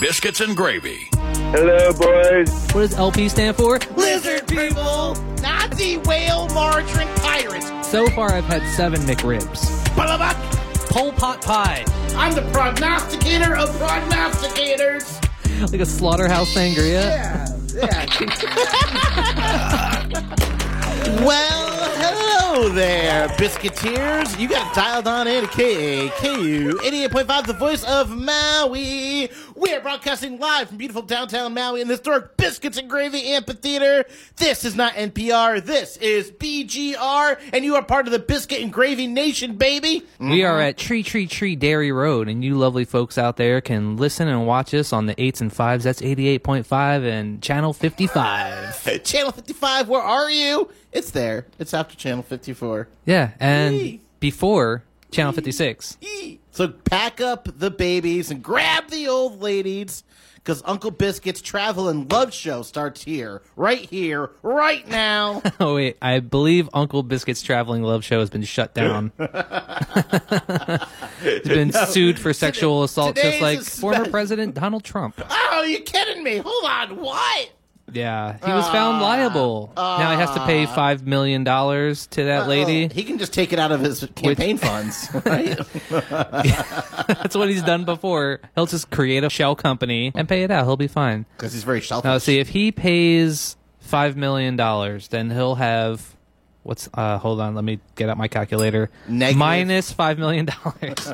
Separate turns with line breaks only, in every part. biscuits and gravy.
Hello, boys.
What does LP stand for?
Lizard people, Nazi whale margarine pirates.
So far, I've had seven McRibs.
Bullabuck,
Pol Pot Pie.
I'm the prognosticator of prognosticators.
Like a slaughterhouse sangria.
Yeah, yeah. well, hello there, biscuiteers. You got dialed on in to KAKU 88.5, the voice of Maui. We're broadcasting live from beautiful downtown Maui in the historic Biscuits and Gravy Amphitheater. This is not NPR, this is BGR, and you are part of the Biscuit and Gravy Nation, baby.
We are at Tree Tree Tree Dairy Road, and you lovely folks out there can listen and watch us on the 8s and 5s. That's 88.5 and Channel 55.
Channel 55, where are you? It's there. It's after Channel 54.
Yeah, and
Yee.
before Channel 56.
So pack up the babies and grab the old ladies because Uncle Biscuit's Travel and Love Show starts here, right here, right now.
Oh, wait, I believe Uncle Biscuit's Traveling Love Show has been shut down. it's been sued for sexual assault,
today's
just like
a spe-
former President Donald Trump.
oh, you kidding me? Hold on, what?
Yeah, he was found liable. now he has to pay $5 million to that lady.
Oh, He can just take it out of his campaign funds, right?
That's what he's done before. He'll just create a shell company and pay it out. He'll be fine.
Because he's very selfish.
Now, Oh, see, if he pays five million dollars, then he'll have what's? Uh, hold on, let me get out my calculator.
Negative.
Minus five million dollars.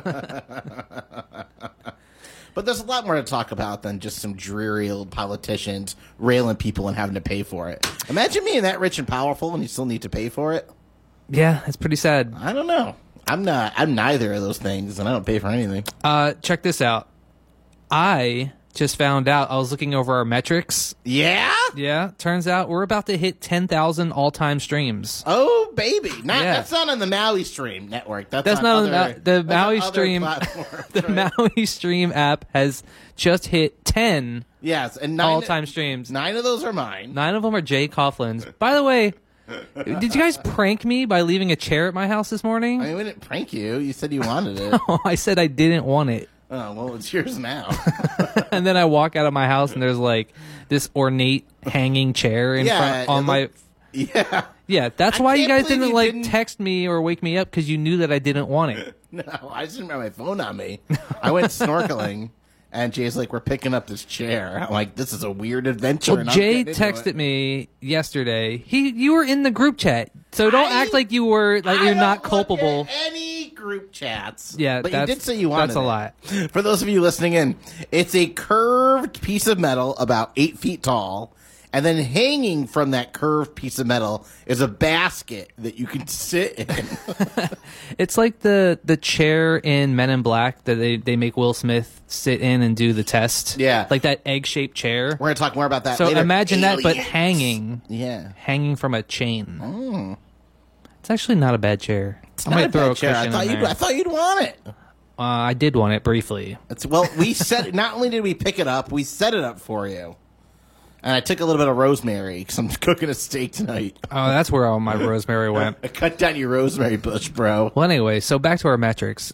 But there's a lot more to talk about than just some dreary old politicians railing people and having to pay for it. Imagine being that rich and powerful and you still need to pay for it.
yeah, it's pretty sad.
I don't know. I'm not. I'm neither of those things, and I don't pay for anything.
Uh, check this out. I just found out. I was looking over our metrics.
Yeah.
Yeah, turns out we're about to hit ten thousand all-time streams.
Oh baby, not,
Yeah.
that's not on the Maui Stream network. That's,
That's
on
not on the Ma-
other,
the
that's on
Maui
other
Stream-
platforms,
The
right?
Maui Stream app has just hit ten
yes, and nine,
all-time streams.
Nine of those are mine.
Nine of them are Jay Coughlin's. By the way, did you guys prank me by leaving a chair at my house this morning?
I mean, we didn't prank you. You said you wanted it. oh
Oh, I said I didn't want it.
well, it's yours now.
And then I walk out of my house and there's like this ornate hanging chair in
Yeah,
front on
it
my
looked- yeah.
Yeah, that's
I
why you
can't
guys
believe
didn't
you
like
didn't-
text me or wake me up cuz you knew that I didn't want it.
No, I just didn't have my phone on me. I went snorkeling, and Jay's like, "We're picking up this chair." I'm like, "This is a weird adventure."
Well,
and I'm
Jay
getting into it.
texted me yesterday. He you were in the group chat. So don't
I-
act like you were like
I
you're
don't
not
look
culpable.
at any group chats.
Yeah,
but
that's,
you did say you wanted.
That's a
it.
lot.
For those of you listening in, it's a curved piece of metal about eight feet tall. And then hanging from that curved piece of metal is a basket that you can sit in.
It's like the the chair in Men in Black that they, they make Will Smith sit in and do the test.
Yeah.
Like that egg shaped chair.
We're going to talk more about that
So
later.
imagine that, but
Aliens.
hanging.
Yeah.
Hanging from a chain. It's actually not a bad chair. I
Oh. Not a
might throw
bad
a
chair.
cushion
I thought,
in
you'd,
there.
I thought you'd want it.
uh, I did want it briefly.
It's, well, we set. Not only did we pick it up, we set it up for you. And I took a little bit of rosemary because I'm cooking a steak tonight.
Oh, that's where all my rosemary went.
I cut down your rosemary bush, bro.
Well, anyway, so back to our metrics.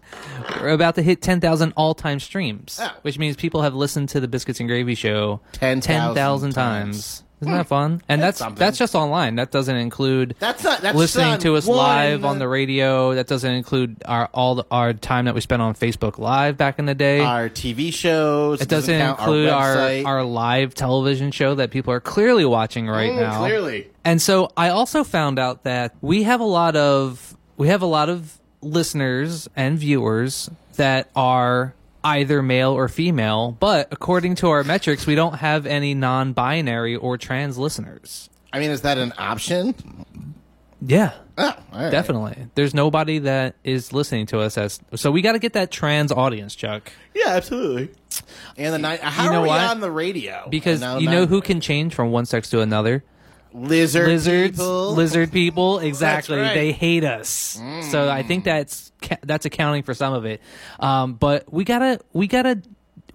We're about to hit 10,000 all time streams,
Oh.
which means people have listened to the Biscuits and Gravy show
10,000
times.
times. Hmm.
Isn't that fun? And that's
something.
that's just online. That doesn't include
That's not. That's
listening
not
to us
one-
live on the radio. That doesn't include our all the, our time that we spent on Facebook Live back in the day.
our TV shows.
it doesn't,
count
include our,
website.
our live television show that people are clearly watching right
Mm,
now.
Clearly,
And so I also found out that we have a lot of we have a lot of listeners and viewers that are either male or female, but according to our metrics, we don't have any non-binary or trans listeners.
I mean, is that an option?
Yeah.
Oh, all right.
Definitely. There's nobody that is listening to us as so we got to get that trans audience, Chuck,
Yeah, absolutely. And the night. How
You know
are we
what?
on the radio?
because
No,
you
not-
know who can change from one sex to another.
lizard
lizards,
people.
lizard people. Exactly,
right. Mm.
they hate us. So I think that's ca- that's accounting for some of it. Um, but we gotta we gotta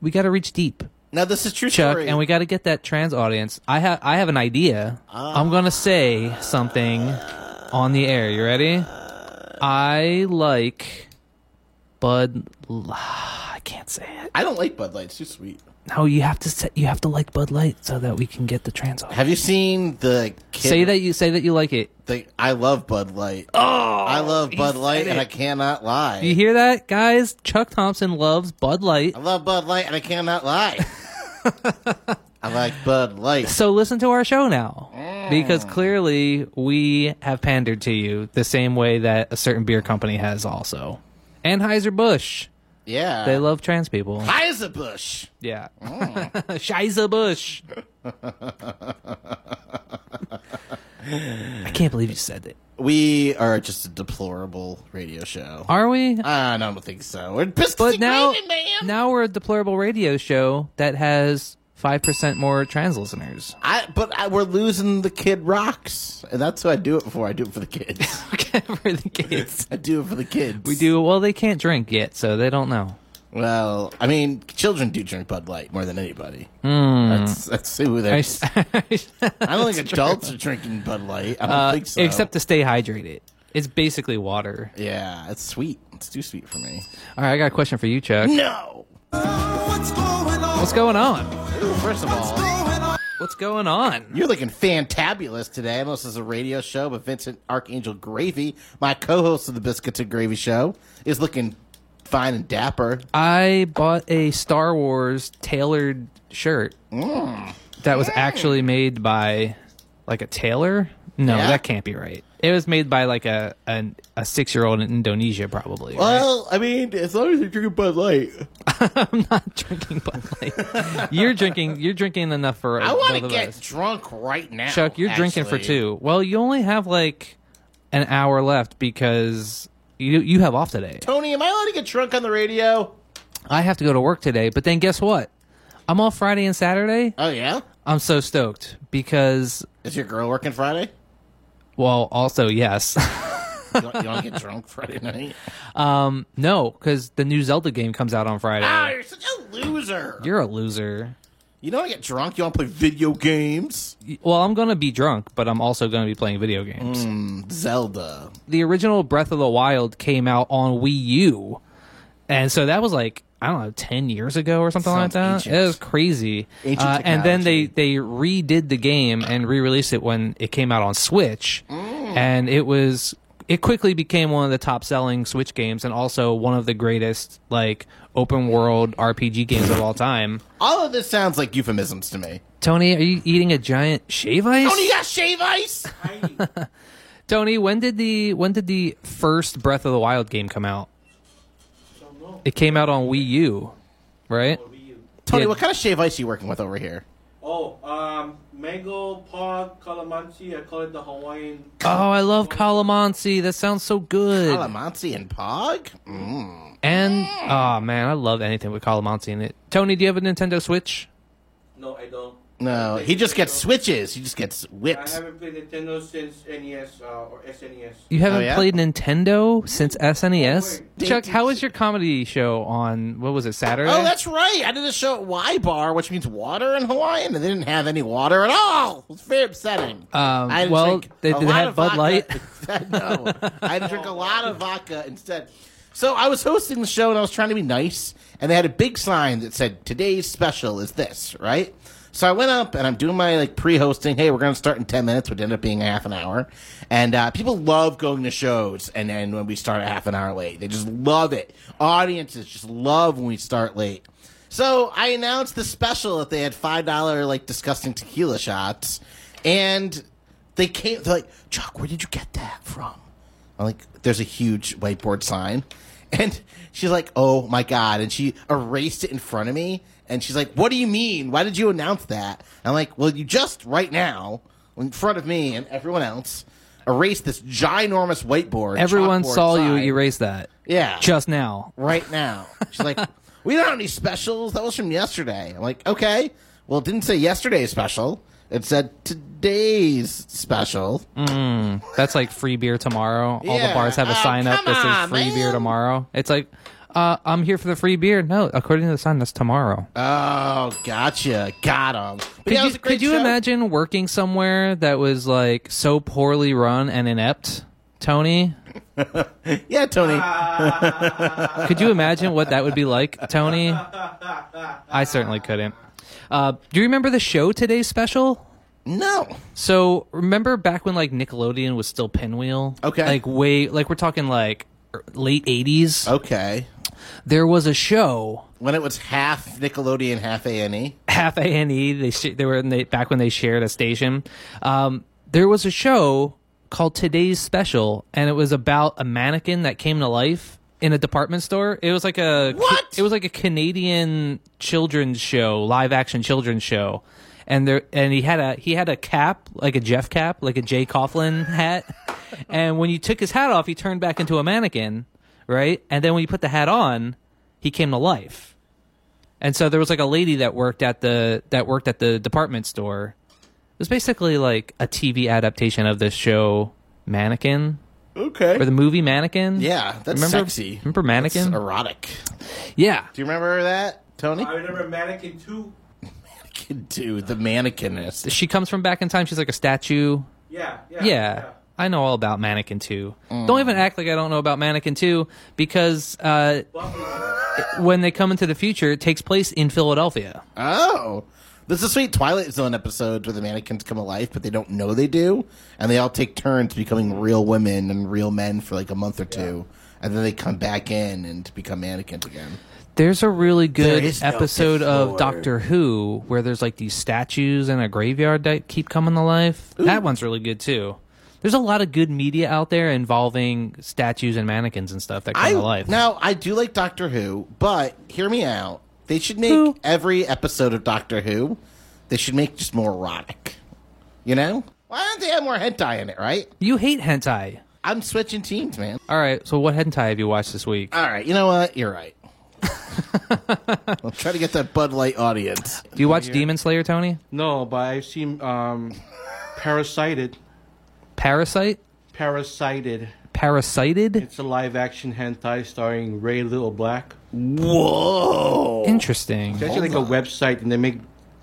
we gotta reach deep,
Now this is true
Chuck,
story.
and we gotta get that trans audience. I have I have an idea. I'm gonna say something
Ah.
on the air. You ready? I like Bud. L- I can't say it.
I don't like Bud Light. It's too sweet.
no, you have to set, you have to like Bud Light so that we can get the trans off.
Have you seen the kid?
Say that you say that you like it.
The, I love Bud Light. Oh, I love Bud Light, and I cannot lie.
You hear that, guys? Chuck Thompson loves Bud Light.
I love Bud Light, and I cannot lie. I like Bud Light.
So listen to our show now. Because clearly we have pandered to you the same way that a certain beer company has also. Anheuser-Busch.
Yeah,
They love trans people.
Liza Bush.
Yeah. Mm. Shiza Bush. I can't believe you said it.
We are just a deplorable radio show.
Are we?
Ah, no, I don't think so. We're pissed
But now,
man.
now we're a deplorable radio show that has 5% more trans listeners.
I, but I, we're losing the kid rocks, and that's why I do it before I do it for the kids.
Okay, for the kids.
I do it for the kids.
We do, well, they can't drink yet, so they don't know.
Well, I mean, children do drink Bud Light more than anybody. That's that's who
Hmm. I
they.
s-
I don't think adults are drinking Bud Light. I don't
Uh,
think so.
Except to stay hydrated. It's basically water.
yeah, it's sweet. It's too sweet for me.
All right, I got a question for you, Chuck.
No.
What's going on?
First of all,
What's going on?
you're looking fantabulous today. I know this is a radio show, but Vincent Archangel Gravy, my co-host of the Biscuits and Gravy Show, is looking fine and dapper.
I bought a Star Wars tailored shirt
Mm.
that was actually made by like a tailor. No,
Yeah?
that can't be right. It was made by like a an, a six year old in Indonesia, probably. right?
Well, I mean, as long as you're drinking Bud Light,
I'm not drinking Bud Light. you're drinking. You're drinking enough for.
I
want
want to get drunk right now.
Chuck, you're drinking for
actually.
two. Well, you only have like an hour left because you you have off today.
Tony, am I allowed to get drunk on the radio?
I have to go to work today, but then guess what? I'm off Friday and Saturday.
Oh yeah.
I'm so stoked because
Is your girl working Friday?
well, also yes.
You don't, you don't get drunk Friday night.
um no, cuz the new Zelda game comes out on Friday.
Ah, you're such a loser.
You're a loser.
you don't wanna get drunk. You want to play video games.
Y- Well, I'm going to be drunk, but I'm also going to be playing video games.
Zelda.
The original Breath of the Wild came out on Wii U. And so that was like I don't know, ten years ago or something
Sounds
like that.
ancient.
It was crazy.
Ancient
Uh, and then they
technology.
they redid the game and re-released it when it came out on Switch,
Mm.
and it was it quickly became one of the top selling Switch games and also one of the greatest like open world RPG games of all time.
All of this sounds like euphemisms to me.
Tony, are you eating a giant shave ice?
Tony, you got shave ice?
Tony, when did the when did the first Breath of the Wild game come out? It came out on Wii U, right?
Tony,
Yeah.
what kind of shave ice are you working with over here?
Oh, um, mango, pod, calamansi. I call it the Hawaiian.
Oh, I love calamansi. That sounds so good.
Calamansi and Pog?
and oh man, I love anything with calamansi in it. Tony, do you have a Nintendo Switch?
No, I don't.
No, he just gets switches. He just gets
I
whipped.
haven't played Nintendo since NES uh, or SNES.
You haven't
Oh, yeah?
played Nintendo since SNES.
Wait.
Chuck, how was your comedy show on what was it Saturday?
Oh, that's right. I did a show at Y Bar, which means water in Hawaiian, and they didn't have any water at all. It was very upsetting.
Um,
I had to
well,
drink
they
a
did
lot
have
of
Bud
vodka
Light.
instead. no, I had to drink a lot of vodka instead. So I was hosting the show and I was trying to be nice, and they had a big sign that said "Today's special is this," right? So I went up and I'm doing my like pre-hosting. Hey, we're going to start in ten minutes, which ended up being a half an hour. And uh, people love going to shows, and then when we start a half an hour late, they just love it. Audiences just love when we start late. So I announced the special that they had five dollar like disgusting tequila shots, and they came. They're like, Chuck, where did you get that from? I'm like, there's a huge whiteboard sign, and she's like, oh my god, and she erased it in front of me, and she's like, what do you mean? Why did you announce that? I'm like, well, you just right now in front of me and everyone else erased this ginormous whiteboard.
Everyone
chalkboard
saw you
sign.
erase that.
Yeah
Just now.
right now. She's like, we don't have any specials. That was from yesterday. I'm like, okay. Well, it didn't say yesterday's special. It said today's special.
That's like free beer tomorrow. All the
Yeah.
bars have a
Oh,
sign up
come
that says
on,
free beer
man.
tomorrow. It's like, uh, I'm here for the free beer. No, according to the sign, that's tomorrow.
Oh, gotcha. Got him.
could you, could you imagine working somewhere that was like so poorly run and inept Tony,
Yeah, Tony.
could you imagine what that would be like, Tony? I certainly couldn't. Uh, do you remember the show today's special?
no.
So remember back when like Nickelodeon was still Pinwheel?
Okay.
Like way like we're talking like er, late 80s.
Uh. Okay.
There was a show
When it was half Nickelodeon, half A and E.
half A and E. They sh- they were in the, back when they shared a station. Um, there was a show called Today's Special, and it was about a mannequin that came to life in a department store. It was like a
What?
It was like a Canadian children's show, live action children's show. And there, and he had a he had a cap like a Jeff cap, like a Jay Coughlin hat. and when you took his hat off, he turned back into a mannequin, right? And then when you put the hat on, he came to life. And so there was like a lady that worked at the that worked at the department store. It was basically like a TV adaptation of the show Mannequin
Okay.
or the movie Mannequin.
yeah, that's
remember,
sexy.
Remember
It's
Mannequin?
erotic.
yeah.
Do you remember that, Tony?
I remember Mannequin 2.
Dude, the mannequinist.
She comes from back in time. She's like a statue.
Yeah, yeah.
Yeah. I know all about Mannequin 2. Don't even act like I don't know about Mannequin 2 because uh, when they come into the future, it takes place in Philadelphia.
Oh. There's a sweet Twilight Zone episode where the mannequins come alive, but they don't know they do, and they all take turns becoming real women and real men for like a month or two, and then they come back in and become mannequins again.
There's a really good
There is no
episode of
Lord.
Doctor Who where there's like these statues in a graveyard that keep coming to life. That one's really good too. There's a lot of good media out there involving statues and mannequins and stuff that come
I
to life.
now I do like Doctor Who, but hear me out. They should make
Who?
every episode of Doctor Who. They should make just more erotic. You know? Why don't they have more hentai in it? Right?
you hate hentai.
I'm switching teams, man.
All right, so what hentai have you watched this week?
All right. You know what? You're right. I'll try to get that Bud Light audience.
Do you watch Demon Slayer, Tony?
No, but I've seen um, Parasited.
Parasite?
Parasited.
Parasited?
It's a live action hentai starring Ray Little Black.
Whoa!
Interesting.
It's actually like
Hold
a website and they make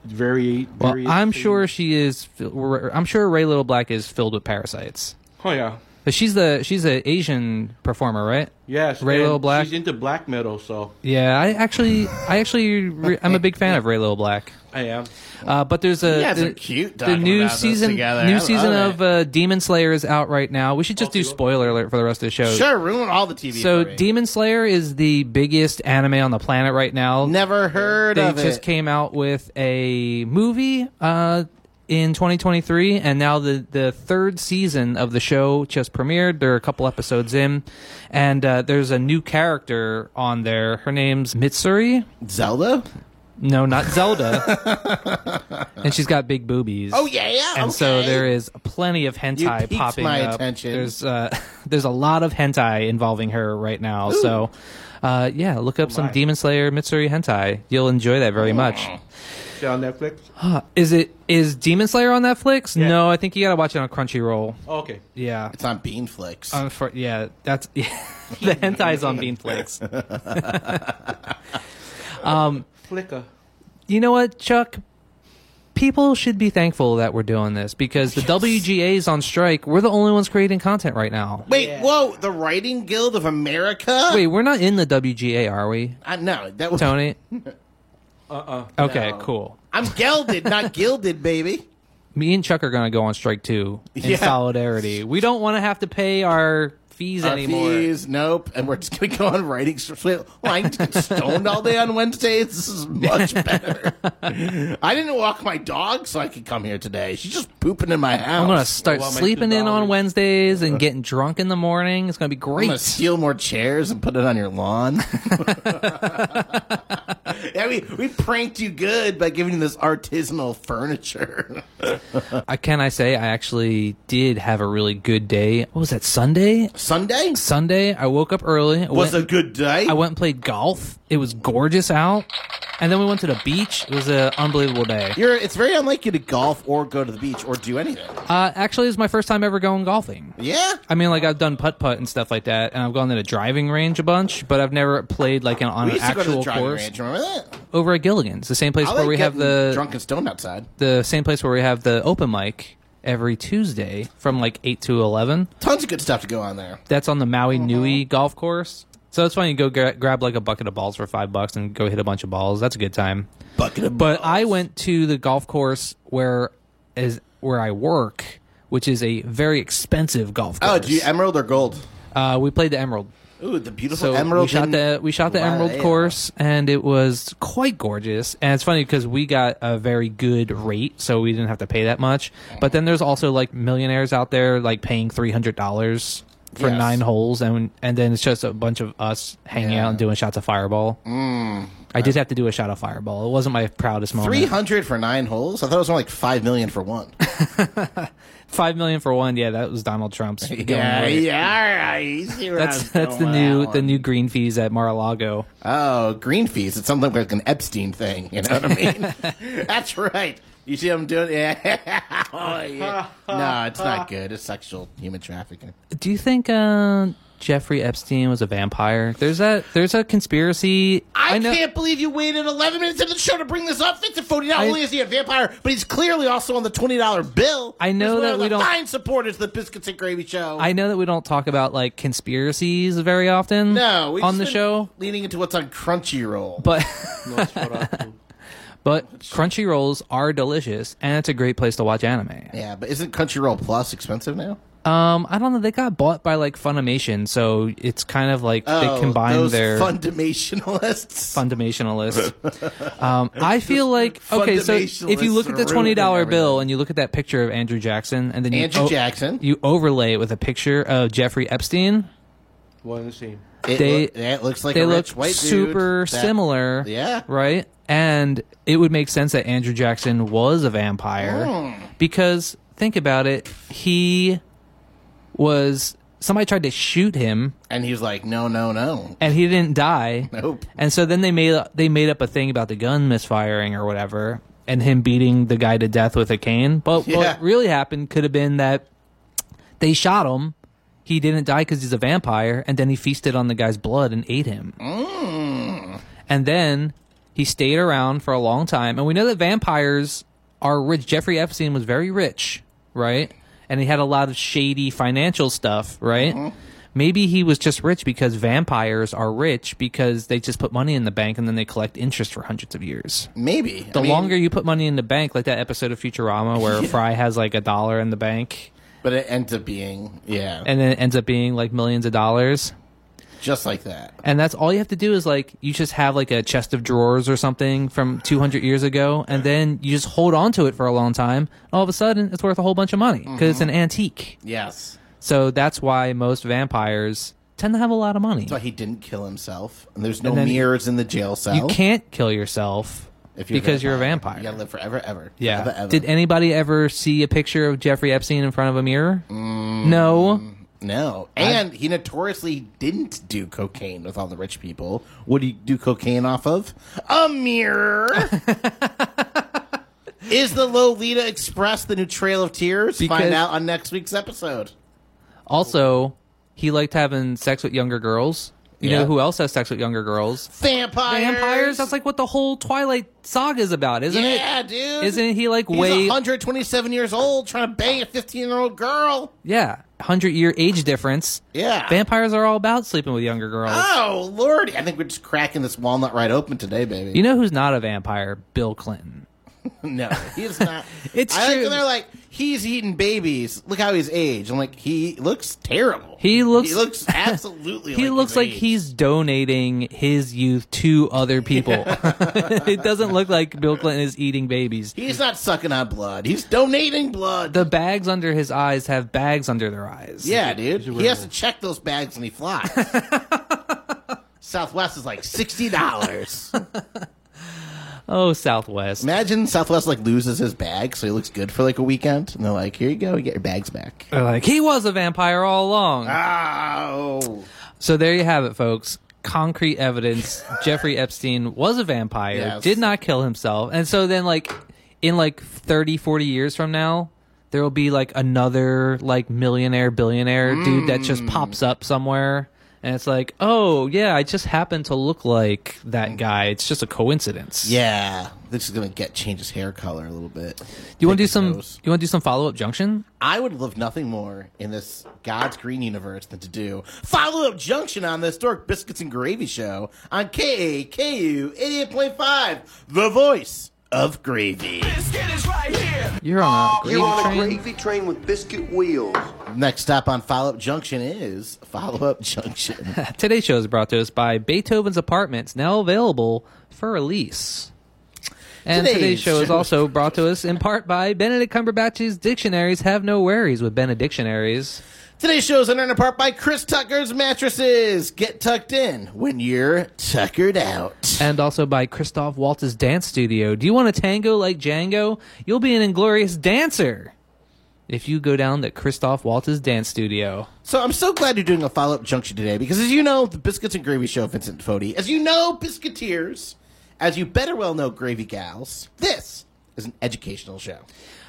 very, very.
Well, I'm sure she is. fi- I'm sure Ray Little Black is filled with parasites.
Oh, yeah.
'Cause she's the she's an Asian performer, right?
Yes.
Ray
and
Little Black.
She's into black metal, so
Yeah, I actually, I actually, re- I'm a big fan of Ray Little Black.
I am.
Uh, but there's a
You guys are
the-
cute
The
talking
new
about this
season,
together. I
new
love
season
it. Oh,
of uh, Demon Slayer is out right now. We should just do spoiler alert for the rest of the show.
Sure, ruin all the TV.
So
for me.
Demon Slayer is the biggest anime on the planet right now.
never heard
they
of
just
it.
came out with a movie uh, in 2023, and now the the third season of the show just premiered. There are a couple episodes in, and uh, there's a new character on there. Her name's Mitsuri.
Zelda.
No, not Zelda. and she's got big boobies.
Oh yeah, yeah.
And so
okay.
there is plenty of hentai
You piqued
popping
my
up.
attention.
There's uh, there's a lot of hentai involving her right now. So uh, yeah, look up some Demon Slayer Mitsuri hentai. You'll enjoy that
Oh.
very much. Uh,
Is it on Netflix?
Is it is Demon Slayer on Netflix?
Yeah.
No, I think you got to watch it on Crunchyroll.
Oh, okay.
Yeah.
It's on Beanflix.
Um, for, yeah, that's yeah, the hentai's on Beanflix.
Flickr.
you know what, Chuck? People should be thankful that we're doing this because the WGA is on strike. We're the only ones creating content right now.
Wait, whoa! The Writing Guild of America.
Wait, we're not in the WGA, are we,
I, no, that was
Tony?
Uh
Uh-uh.
uh
Okay, cool.
I'm gelded, not gilded, baby.
Me and Chuck are going to go on strike too in
Yeah.
solidarity. We don't want to have to pay our fees
Our
anymore.
fees, nope. And we're just gonna go on writing. s- Well, I can just get stoned all day on Wednesdays. This is much better. I didn't walk my dog, so I could come here today. She's just pooping in my house.
I'm going to start
Well, I make
sleeping in on
$2.
Wednesdays and getting drunk in the morning. It's going to be
I'm
great.
gonna steal more chairs and put it on your lawn. yeah, we, we pranked you good by giving you this artisanal furniture.
I can I say I actually did have a really good day. What was that Sunday?
Sunday
Sunday, I woke up early. I
was
went-
a good day.
I went and played golf. It was gorgeous out. And then we went to the beach. It was an unbelievable day.
You're, it's very unlikely to golf or go to the beach or do anything.
Uh, actually, it was my first time ever going golfing.
Yeah.
I mean, like I've done putt putt and stuff like that, and I've gone to the driving range a bunch, but I've never played like an, on an
We used to go to the
actual
driving
course
range. Remember that?
over at Gilligan's, the same place
I
where
like
we have
getting
the
drunk and stoned outside.
the same place where we have the open mic. every Tuesday from like 8 to 11.
Tons of good stuff to go on there.
That's on the Maui
Uh-huh.
Nui golf course. So it's funny, you go gra- grab like a bucket of balls for five bucks and go hit a bunch of balls. That's a good time.
Bucket of
But I went to the golf course where is where I work, which is a very expensive golf course.
oh, do you emerald or gold?
uh, we played the Emerald.
Ooh, the beautiful
So we
emerald.
shot
in-
the we shot the
Wow,
Emerald
yeah.
course, and it was quite gorgeous. And it's funny because we got a very good rate, so we didn't have to pay that much. But then there's also like millionaires out there like paying three hundred dollars for
Yes.
nine holes, and and then it's just a bunch of us hanging out and doing shots of fireball. I did have to do a shot of fireball. It wasn't my proudest moment.
Mm. Three hundred for nine holes. I thought it was only like five million for one.
Five million for one. Yeah, that was Donald Trump's. going rate.
yeah, all right. You see where I
That's
was
that's the
going with
new
that
the
one.
new green fees at Mar-a-Lago.
Oh, green fees. It's something like an Epstein thing. You know what I mean? That's right. You see him doing Yeah. oh, yeah. No, it's not good. It's sexual human trafficking.
Do you think uh, Jeffrey Epstein was a vampire? There's that. There's a conspiracy.
I,
know.
can't believe you waited 11 minutes into the show to bring this up, Vincent Fodi. Not
I-
only is he a vampire, but he's clearly also on the $20 bill.
I know
He's one
that
of
we
the
don't-
Fine supporters of the Biscuits and Gravy Show.
I know that we don't talk about like conspiracies very often.
No, we've
on
just
the
been
show,
leaning into what's on Crunchyroll.
but
Nosferatu.
but crunchy rolls are delicious, and it's a great place to watch anime.
yeah, but isn't Crunchyroll Plus expensive now?
Um, I don't know. They got bought by like Funimation, so it's kind of like they combine
Oh, those
their
fundamentalists.
fundamentalists. um, I feel like okay. So if you
fundamentalists
look at the
ruining
twenty dollar bill
everything.
and you look at that picture of Andrew Jackson, and then
Andrew
you, oh,
Jackson.
you overlay it with a picture of Jeffrey Epstein,
One and the same.
It
They-
look- that looks like
they
a
look
rich white dude
super
that-
similar.
Yeah.
Right? And it would make sense that Andrew Jackson was a vampire
Hmm.
because think about it, he was somebody tried to shoot him
And he's like, no, no, no.
and he didn't die.
Nope.
And so then they made they made up a thing about the gun misfiring or whatever, and him beating the guy to death with a cane. But
Yeah.
what really happened could have been that they shot him. He didn't die because he's a vampire, and then he feasted on the guy's blood and ate him. And then he stayed around for a long time. And we know that vampires are rich. Jeffrey Epstein was very rich, right? And he had a lot of shady financial stuff, right? Maybe he was just rich because vampires are rich because they just put money in the bank and then they collect interest for hundreds of years.
Maybe.
The longer you put money in the bank, like that episode of Futurama where Fry has like a dollar in the bank
But it ends up being, yeah,
and then it ends up being like millions of dollars.
just like that.
and that's all you have to do is like you just have like a chest of drawers or something from 200 years ago and then you just hold on to it for a long time all of a sudden it's worth a whole bunch of money because it's an antique
Yes.
so that's why most vampires tend to have a lot of money
But he didn't kill himself. And there's no
then-
mirrors in the jail cell.
you can't kill yourself
if
because you're a vampire.
You gotta live forever, ever.
yeah
Forever, ever.
did anybody ever see a picture of jeffrey epstein in front of a mirror Mm. no
no. And he notoriously didn't do cocaine with all the rich people. What do you do cocaine off of? A mirror. Is the Lolita Express the new Trail of Tears?
Because-
Find out on next week's episode.
also he liked having sex with younger girls you
Yeah.
know who else has sex with younger girls
Vampires.
vampires. That's like what the whole Twilight saga is about, isn't
yeah,
it?
dude.
Isn't he like
He's
way
127 years old trying to bang a 15 year old girl.
yeah hundred year age difference?
Yeah.
Vampires are all about sleeping with younger girls.
Oh lordy! I think we're just cracking this walnut right open today, baby.
You know who's not a vampire? Bill Clinton.
no, he's not.
It's
I Like
true.
when they're like, he's eating babies. Look how he's aged. I'm like, he looks terrible.
He looks-
He looks absolutely.
He
like
looks
he's
like
aged.
he's donating his youth to other people. it doesn't look like Bill Clinton is eating babies.
He's not sucking on blood. He's donating blood.
The bags under his eyes have bags under their eyes.
yeah, dude.
he's a
He has to
werewolf.
check those bags when he flies. Southwest is like sixty dollars.
Oh, Southwest.
Imagine Southwest like loses his bag, so he looks good for like a weekend, and they're like, "Here you go, you get your bags back."
They're like he was a vampire all along.
Ah. Oh,
So there you have it, folks. Concrete evidence: Jeffrey Epstein was a vampire,
Yes.
did not kill himself, and so then, like, in like 30, 40 years from now, there will be like another like millionaire, billionaire dude that just pops up somewhere, and it's like, oh yeah, I just happen to look like that guy. It's just a coincidence.
Yeah, this is gonna get change his hair color a little bit.
You want to
Pick
do
his
some?
nose.
You want to do some follow up junction?
I would love nothing more in this God's green universe than to do follow up junction on the historic biscuits and gravy show on KAKU 88.5, the voice of gravy.
You're on a gravy
You're on a
train.
gravy train with biscuit wheels.
Next stop on follow up junction is follow up junction.
Today's show is brought to us by Beethoven's Apartments, now available for release. And
Today's
today's, show is
show-
also brought to us in part by Benedict Cumberbatch's Dictionaries Have No Worries with Benedictionaries.
Today's show is underwritten apart by Chris Tucker's mattresses. Get tucked in when you're tuckered out.
And also by Christoph Waltz's Dance Studio. Do you want a tango like Django? You'll be an inglorious dancer if you go down to Christoph Waltz's Dance Studio.
So I'm so glad you're doing a follow-up junction today because, as you know, the Biscuits and Gravy Show, Vincent Fodi, as you know, Biscuiteers, as you better well know, Gravy Gals, this is an educational show.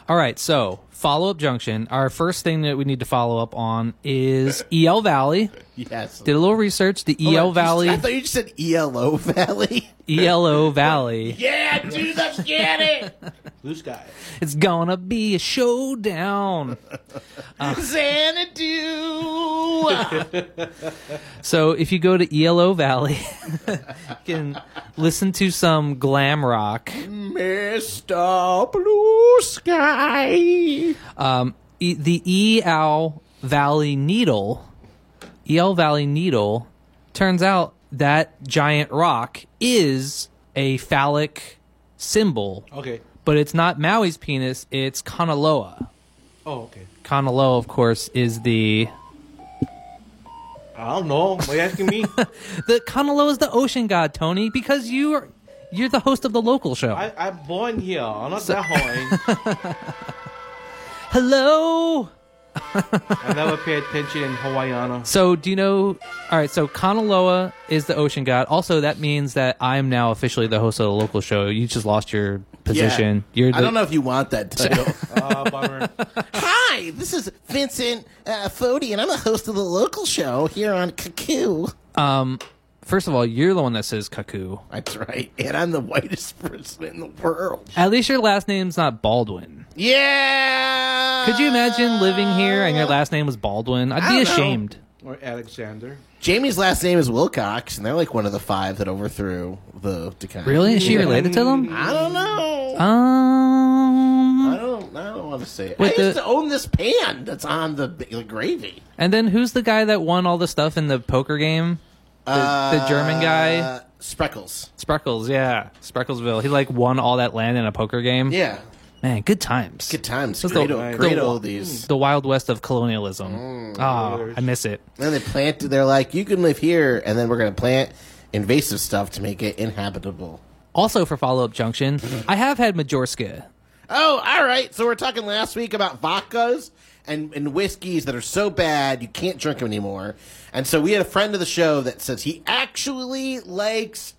All right, so follow up junction. Our first thing that we need to follow up on is EL Valley.
Yes.
Did a little research. The EL Valley.
Oh, I thought you just said ELO Valley.
ELO E Valley.
yeah, dude, let's get it.
Blue guy.
It's gonna be a showdown.
Xanadu.
So if you go to ELO Valley, you can listen to some glam rock.
Mr. Blue Sky.
Um, e- the EL Valley Needle, EL Valley Needle, turns out that giant rock is a phallic symbol,
Okay.
but it's not Maui's penis. It's Kanaloa.
Oh, okay.
Kanaloa, of course, is the
I don't know. Why you asking me?
the Kanaloa is the ocean god, Tony, because you are you're the host of the local show.
I, I'm born here. I'm not that high.
Hello.
I never pay attention in Hawaiiana.
So do you know? All right. So Kanaloa is the ocean god. Also, that means that I am now officially the host of the local show. You just lost your position.
Yeah.
You're the,
I don't know if you want that title.
Ah, bummer.
Hi, this is Vincent uh, Fodi, and I'm the host of the local show here on Kakoo.
First of all, you're the one that says Kaku.
That's right, and I'm the whitest person in the world.
At least your last name's not Baldwin.
Yeah.
Could you imagine living here and your last name was Baldwin? I'd be
don't know.
ashamed.
Or Alexander.
Jamie's last name is Wilcox, and they're like one of the five that overthrew the Deccan.
Really? Is she related to them?
I don't know. I
Um.
don't. I don't want to say. It. I
With
used
the-
to own this pan that's on the, the gravy.
And then who's the guy that won all the stuff in the poker game? The, the German guy.
Uh, Spreckles.
Spreckles, yeah, Sprecklesville. He like won all that land in a poker game.
Yeah.
Man, good times.
Good times.
That's
Great,
the-
old,
the-
great oldies. Mm,
The wild west of colonialism. Ah, I miss it.
And they plant. They're like, you can live here, and then we're gonna plant invasive stuff to make it inhabitable.
Also, for follow up junction, I have had Majorska.
Oh, all right. So we're talking last week about vodkas and, and whiskeys that are so bad you can't drink them anymore. And so we had a friend of the show that says he actually likes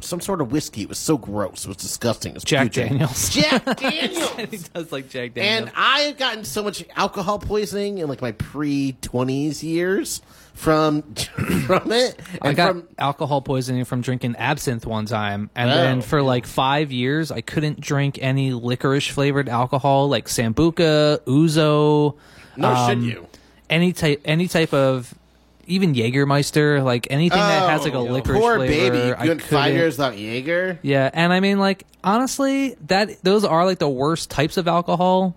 some sort of whiskey. It was so gross. It was disgusting. It was
Jack
putrid.
Daniels.
Jack
he
Daniels.
does like Jack Daniels.
and I have gotten so much alcohol poisoning in like my pre twenties years from from it.
I
And
got
from,
alcohol poisoning from drinking absinthe one time, and
Oh.
then for like five years, I couldn't drink any licorice flavored alcohol like sambuca, uzo.
nor should
um,
you.
any type any type of even Jägermeister, like anything that has like a
Oh,
licorice
poor
flavor.
baby. You
I
went five
couldn't-
years without Jaeger.
Yeah, and I mean like honestly, that those are like the worst types of alcohol,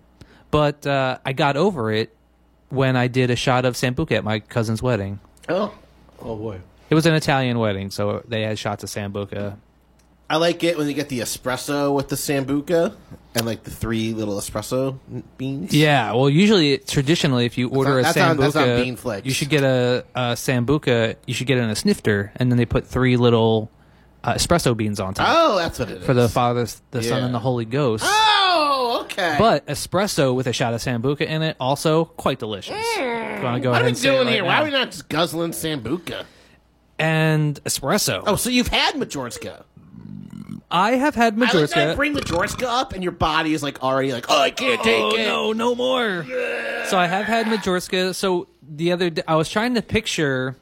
but uh, I got over it when I did a shot of sambuca at my cousin's wedding.
Oh,
Oh, boy.
It was an Italian wedding, so they had shots of sambuca.
I like it when you get the espresso with the sambuca and like the three little espresso beans.
Yeah, well, usually traditionally, if you order
That's
a
on-
sambuca,
that's on Bean Flicks.
you should get a, a sambuca. You should get it in a snifter, and then they put three little uh, espresso beans on top.
Oh, that's what it is.
for the Father, the Son,
Yeah.
and the Holy Ghost.
Oh, okay.
But espresso with a shot of sambuca in it, also quite delicious. Wanna go
Mm. what
ahead
are we
and say it
doing
right
here?
now.
Why are we not just guzzling sambuca?
And espresso.
Oh, so you've had Majorska.
I have had
I like that I
Majorska.
bring Majorska up, and your body is like already like, oh, I can't take
oh
it.
no, no more. So I have had Majorska. So the other day, I was trying to picture,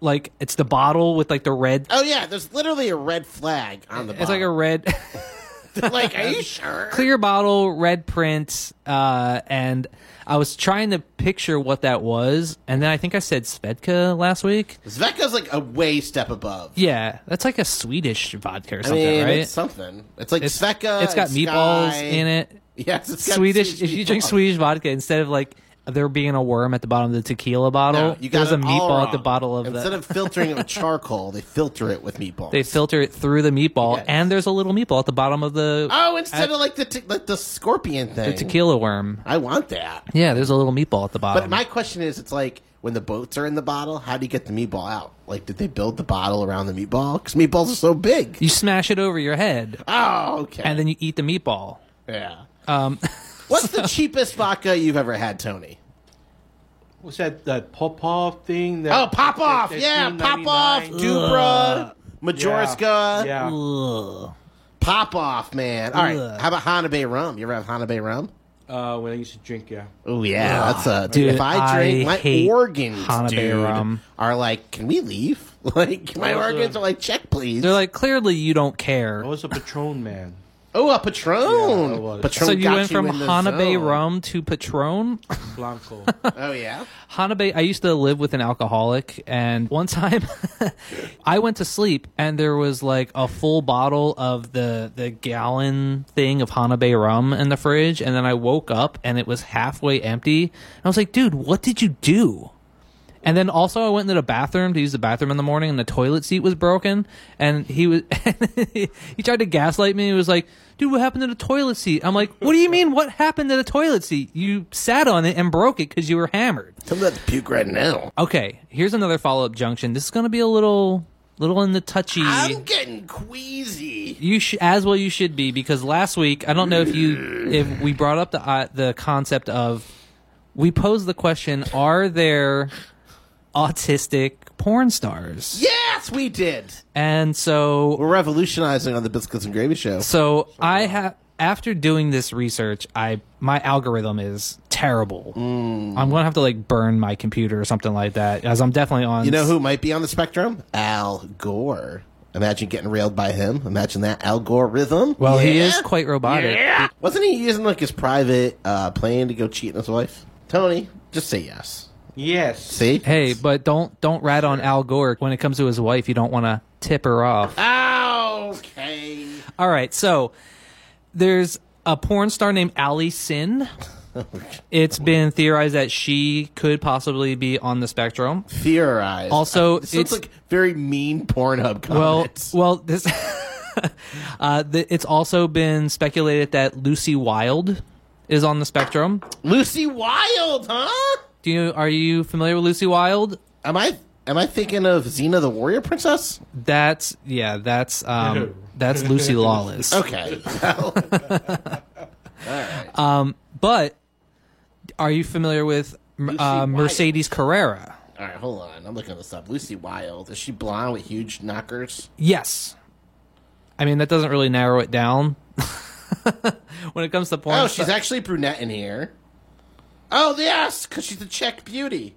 like it's the bottle with like the red.
Oh yeah, there's literally a red flag on the.
It's like a red,
a like. Are you sure?
clear bottle, red print, uh, and I was trying to picture what that was, and then I think I said Svedka last week.
Zveka's like a way step above.
Yeah, that's like a Swedish vodka or
I
something,
mean,
right?
it's something. It's like
It's-
Zveka.
it's got meatballs in it.
Yes, it's got
Swedish.
Swedish
If you drink
meatballs.
Swedish vodka instead of like there being a worm at the bottom of the tequila bottle,
No, you got
there's a
it all
meatball at the
wrong.
bottom of
Instead
the.
of filtering it with charcoal, they filter it with meatballs.
they filter it through the meatball,
Yes.
and there's a little meatball at the bottom of the
oh, instead of like the te- like the scorpion thing.
tequila Um, worm.
I want that.
Yeah, there's a little meatball at the
But
bottom.
my question is, it's like when the boats are in the bottle, how do you get the meatball out? Like, did they build the bottle around the meatball? Because meatballs are so big.
you smash it over your head,
Oh, okay.
and then you eat the meatball.
yeah.
Um,
What's the cheapest vodka you've ever had, Tony?
What's that that pop off thing? That,
Oh, pop off!
that
Yeah, pop off,
$15.99.
Dubra, Majorska,
Yeah.
pop off, man. All right,
Ugh.
how about Hanabe rum? You ever have Hanabe rum?
Uh, when I used to drink, yeah.
Oh yeah, that's a
dude,
dude. If I drink,
I
my
hate
organs,
Hanabe
dude,
rum.
are like, can we leave? Like my organs are like, check please.
they're like, clearly you don't
I
care.
was a Patron man.
Oh, a
Yeah, it
Patron.
was.
Patron
So you
got
went from
in the
Hanabe
zone.
rum to Patron.
Blanco.
Oh yeah.
Hanabe, I used to live with an alcoholic, and one time I went to sleep, and there was like a full bottle of the the gallon thing of Hanabe rum in the fridge, and then I woke up and it was halfway empty. And I was like, "Dude, what did you do?" And then also I went into the bathroom to use the bathroom in the morning, and the toilet seat was broken. And he was, he tried to gaslight me. He was like, "Dude, what happened to the toilet seat?" I'm like, "What do you mean? What happened to the toilet seat? You sat on it and broke it because you were hammered."
I'm about to puke right now.
Okay, here's another follow up junction. This is going to be a little, little in the touchy.
I'm getting queasy.
you sh- as well you should be because last week I don't know if you if we brought up the uh, the concept of we posed the question: Are there autistic porn stars?
Yes, we did.
And so,
We're revolutionizing on the biscuits and gravy show.
so I have after doing this research, I my algorithm is terrible.
Mm.
I'm gonna have to like burn my computer or something like that, as I'm definitely on.
You know who might be on the spectrum? Al Gore. Imagine getting railed by him. Imagine that algorithm.
Well, he
Yeah.
is quite robotic.
Wasn't he using like his private uh, plane to go cheat on his wife? Tony, just say yes.
yes.
See?
Hey, but don't don't rat on Al Gore when it comes to his wife. You don't want to tip her off.
Okay.
All right, so there's a porn star named Ali Sin. It's been theorized that she could possibly be on the spectrum.
Theorize.
Also,
Uh, This
it's
sounds like very mean Pornhub
well,
comments.
well, this. uh, th- it's also been speculated that Lucy Wilde is on the spectrum.
Lucy Wilde, huh?
Do you are you familiar with Lucy Wilde?
Am I am I thinking of Xena the Warrior Princess?
That's yeah, that's um, that's Lucy Lawless.
Okay.
But are you familiar with uh,
Wilde.
Mercedes Carrera?
All right, hold on. I'm looking this up. Lucy Wilde. Is she blonde with huge knockers?
Yes. I mean, that doesn't really narrow it down. when it comes to porn,
Oh,
sta-
she's actually brunette in here. Oh, yes, because she's a Czech beauty.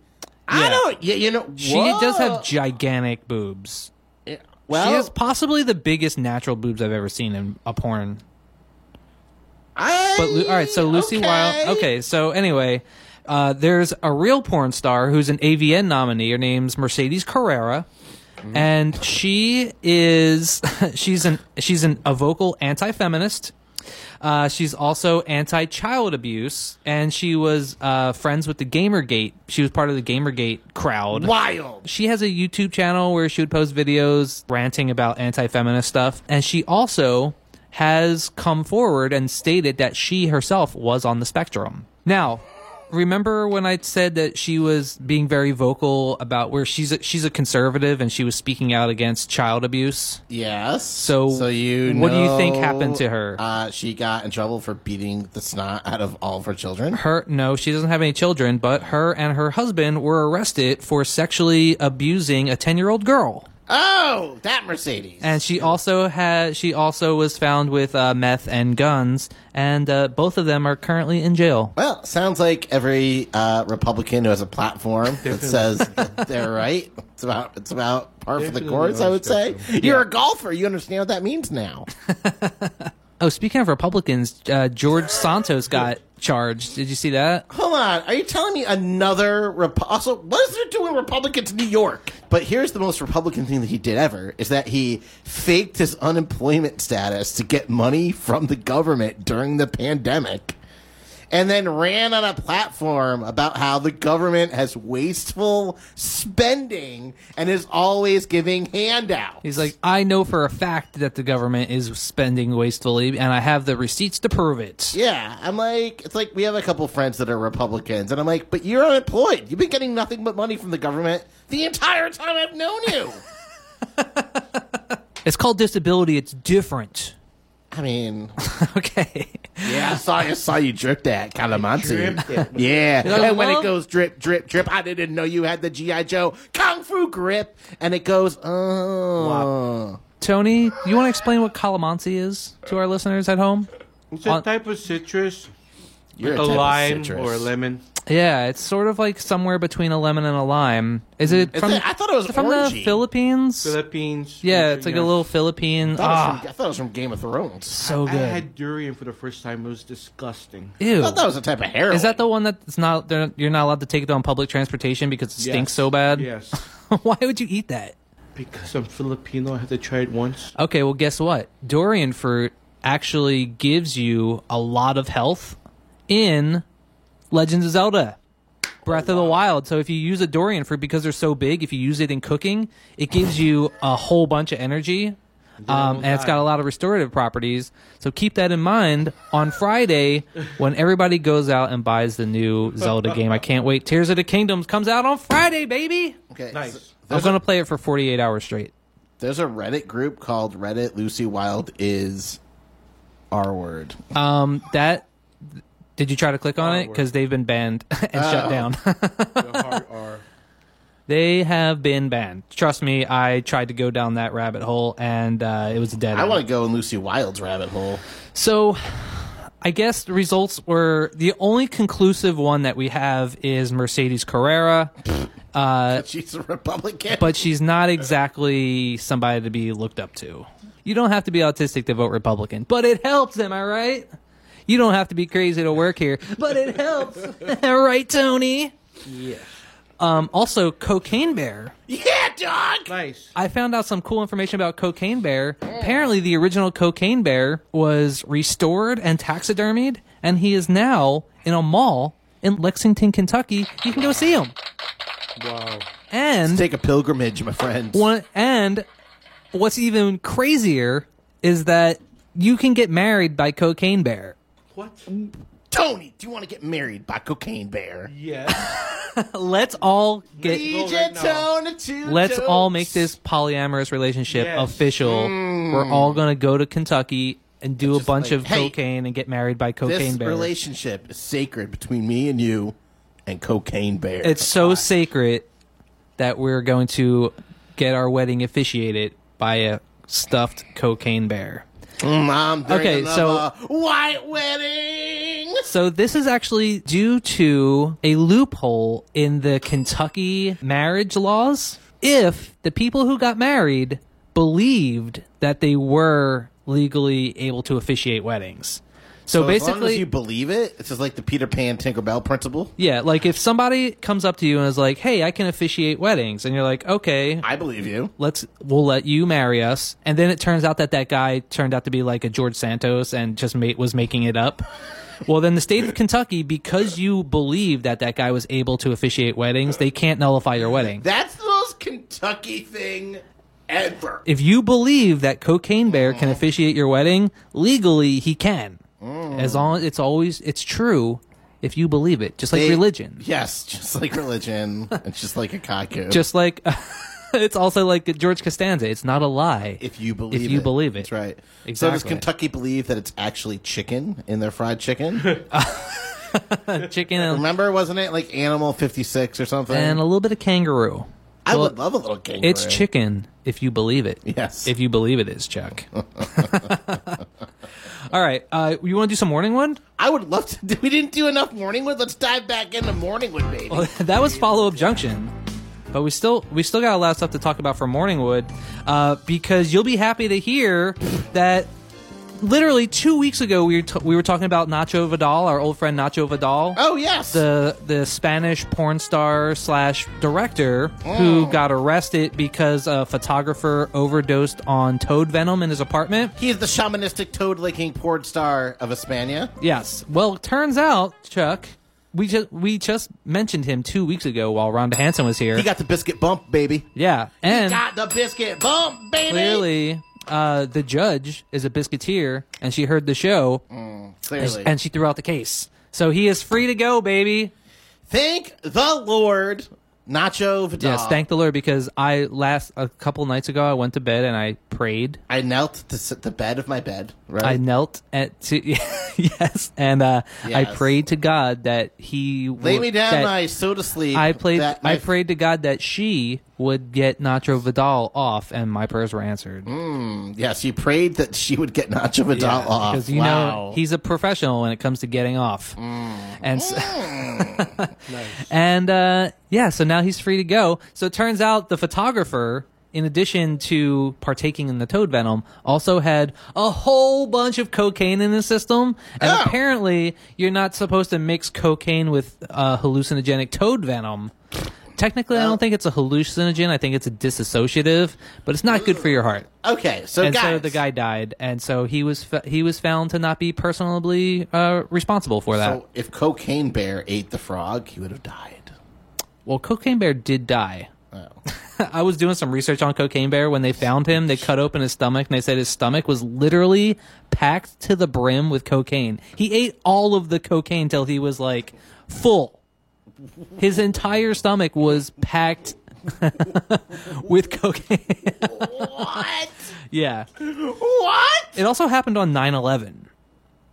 I
Yeah.
don't. Yeah, you know.
she does have gigantic boobs.
Yeah. Well,
she has possibly the biggest natural boobs I've ever seen in a porn.
I,
But Lu- all right, so Lucy
okay.
Wilde. Okay, so anyway, uh, there's a real porn star who's an AVN nominee. Her name's Mercedes Carrera, and she is she's an she's an a vocal anti-feminist. Uh, she's also anti-child abuse, and she was uh, friends with the GamerGate. She was part of the GamerGate crowd.
Wild.
She has a YouTube channel where she would post videos ranting about anti feminist stuff. And she also has come forward and stated that she herself was on the spectrum. Now, remember when I said that she was being very vocal about where she's a, she's a conservative and she was speaking out against child abuse?
Yes.
So,
so you.
what do you think
know,
happened to her?
Uh, she got in trouble for beating the snot out of all of her children.
Her no, she doesn't have any children, but her and her husband were arrested for sexually abusing a 10-year-old girl.
Oh, that Mercedes.
and she also had she also was found with uh, meth and guns, and uh, both of them are currently in jail.
Well, sounds like every uh, Republican who has a platform that says that they're right. It's about it's about par for the
Definitely
course. I would say
unacceptable.
you're a golfer. You understand what that means now.
Oh, speaking of Republicans, uh, George Santos got charged. Did you see that?
Hold on. Are you telling me another Rep- also? What is there doing Republicans in New York? But here's the most Republican thing that he did ever is that he faked his unemployment status to get money from the government during the pandemic. and then ran on a platform about how the government has wasteful spending and is always giving handouts.
He's like, I know for a fact that the government is spending wastefully, and I have the receipts to prove it.
yeah, I'm like, it's like we have a couple friends that are Republicans, and I'm like, but you're unemployed. You've been getting nothing but money from the government the entire time I've known you.
It's called disability. It's different.
I mean,
okay.
yeah, I saw you, saw you drip that calamansi. Yeah,
like,
and when
"Well-"
it goes drip, drip, drip, I didn't know you had the GI Joe kung fu grip, and it goes, oh.
Tony, you want to explain what calamansi is to our listeners at home?
It's a
On-
type of citrus,
You're
a
type of
lime
citrus.
or a lemon.
Yeah, it's sort of like somewhere between a lemon and a lime. Is it from?
it- I thought it was
is from the
orangey.
Philippines.
Philippines.
yeah,
Michigan.
it's like a little Philippine.
I thought, it was
Ah,
from, I thought it was from Game of Thrones.
so
I
good.
had durian for the first time. It was disgusting.
Ew.
I thought that was a type of heroin.
Is that the one that's not? they're- You're not allowed to take it on public transportation because it stinks
Yes.
so bad.
Yes.
Why would you eat that?
because I'm Filipino, I had to try it once.
Okay, well, guess what? Durian fruit actually gives you a lot of health in Legends of Zelda Breath of the Wild. So if you use a durian fruit because they're so big, if you use it in cooking, it gives you a whole bunch of energy. Um, and it's got a lot of restorative properties. So keep that in mind on Friday when everybody goes out and buys the new Zelda game. I can't wait. Tears of the Kingdoms comes out on Friday, baby.
okay?
Nice.
so
I'm going to play it for 48 hours straight.
there's a Reddit group called Reddit Lucy Wild is R word.
Um, that did you try to click on it? Because they've been banned and shut down.
The hard R.
they have been banned. Trust me, I tried to go down that rabbit hole and uh, it was a dead.
I
end.
want to go in Lucy Wild's rabbit hole.
So, I guess the results were the only conclusive one that we have is Mercedes Carrera,
She's a Republican.
Uh, but she's not exactly somebody to be looked up to. You don't have to be autistic to vote Republican, but it helps. Am I right? You don't have to be crazy to work here, but it helps. right, Tony?
Yes.
Um, also, Cocaine Bear.
yeah, dog.
Nice.
I found out some cool information about Cocaine Bear. Apparently, the original Cocaine Bear was restored and taxidermied, and he is now in a mall in Lexington, Kentucky. You can go see him.
Wow.
And
Take a pilgrimage, my friends.
one, and what's even crazier is that you can get married by Cocaine Bear.
What?
Mm.
Tony, do you want to get married by Cocaine Bear?
Yes.
Let's all get.
Need
Go
ya,
right now.
Tony, to
Let's
toast.
all make this polyamorous relationship
Yes.
official. We're all gonna go to Kentucky and do a bunch
Hmm. like,
of
hey,
cocaine and get married by cocaine
This
bear.
relationship is sacred between me and you and Cocaine Bear.
It's so sacred that we're going to get our wedding officiated by a stuffed cocaine bear.
Mom,
Okay,
okay,
so-
so white wedding.
So this is actually due to a loophole in the Kentucky marriage laws. If the people who got married believed that they were legally able to officiate weddings. So,
So
basically
as long as you believe it, it's just like the Peter Pan Tinkerbell principle.
yeah, like if somebody comes up to you and is like, "Hey, I can officiate weddings." And you're like, "Okay,
I believe you.
let's we'll let you marry us and then it turns out that that guy turned out to be like a george santos and just ma- was making it up well then the state of kentucky because you believe that that guy was able to officiate weddings they can't nullify your wedding
That's the most Kentucky thing ever.
if you believe that cocaine bear can officiate your wedding legally he can
Mm.
as long as it's always it's true if you believe it just like
They-
religion
Yes, just like religion. it's just like a kaku.
just like it's also like george costanza it's not a lie
if you believe
if you
it.
believe it.
That's right. So does
Exactly.
Kentucky believe that it's actually chicken in their fried chicken?
chicken and,
Remember, wasn't it like Animal 56 or something?
and a little bit of kangaroo
I would love a little kangaroo.
It's chicken. if you believe it.
Yes.
If you believe it is, Chuck. All right. Uh, you want to do some morning one?
I would love to. We didn't do enough morning wood. Let's dive back into morning wood, baby.
that was follow up junction. But we still we still got a lot of stuff to talk about for Morningwood, uh, because you'll be happy to hear that literally two weeks ago we were t- we were talking about Nacho Vidal, our old friend Nacho Vidal,
oh yes.
the the Spanish porn star slash director
Oh.
who got arrested because a photographer overdosed on toad venom in his apartment.
he is the shamanistic toad licking porn star of Espana.
Yes. Well, it turns out Chuck, we just we just mentioned him two weeks ago while Rhonda Hanson was here.
He got the biscuit bump, baby.
yeah, and
Got the biscuit bump, baby.
clearly uh, the judge is a biscuiteer and she heard the show
Clearly.
and she threw out the case so he is free to go baby
Thank the Lord, Nacho Vidal.
yes thank the lord because i last a couple nights ago i went to bed and i prayed
I knelt to sit the bed of my bed. Right.
i knelt at to, yes and uh, i
Yes.
prayed to god that he
Lay
would-
me down
that
and I so to sleep.
I played.
that
I
my-
prayed to God that she would get Nacho Vidal off, and my prayers were answered.
Yes, you prayed that she would get Nacho Vidal off.
because you
wow. Mm.
know he's a professional when it comes to getting off, and s- and uh, yeah, so now he's free to go. So it turns out the photographer, in addition to partaking in the toad venom, also had a whole bunch of cocaine in his system, and
Oh.
apparently you're not supposed to mix cocaine with uh, hallucinogenic toad venom. Technically, I don't think it's a hallucinogen. I think it's a dissociative, but it's not good for your heart
Okay, so
and
guys,
so the guy died, and so he was f he was found to not be personally uh, responsible for that.
So if Cocaine Bear ate the frog, he would have died.
well, Cocaine Bear did die.
Oh.
I was doing some research on Cocaine Bear when they found him. They cut open his stomach and they said his stomach was literally packed to the brim with cocaine. He ate all of the cocaine till he was like full. His entire stomach was packed with cocaine.
What?
yeah.
What?
It also happened on 9 11,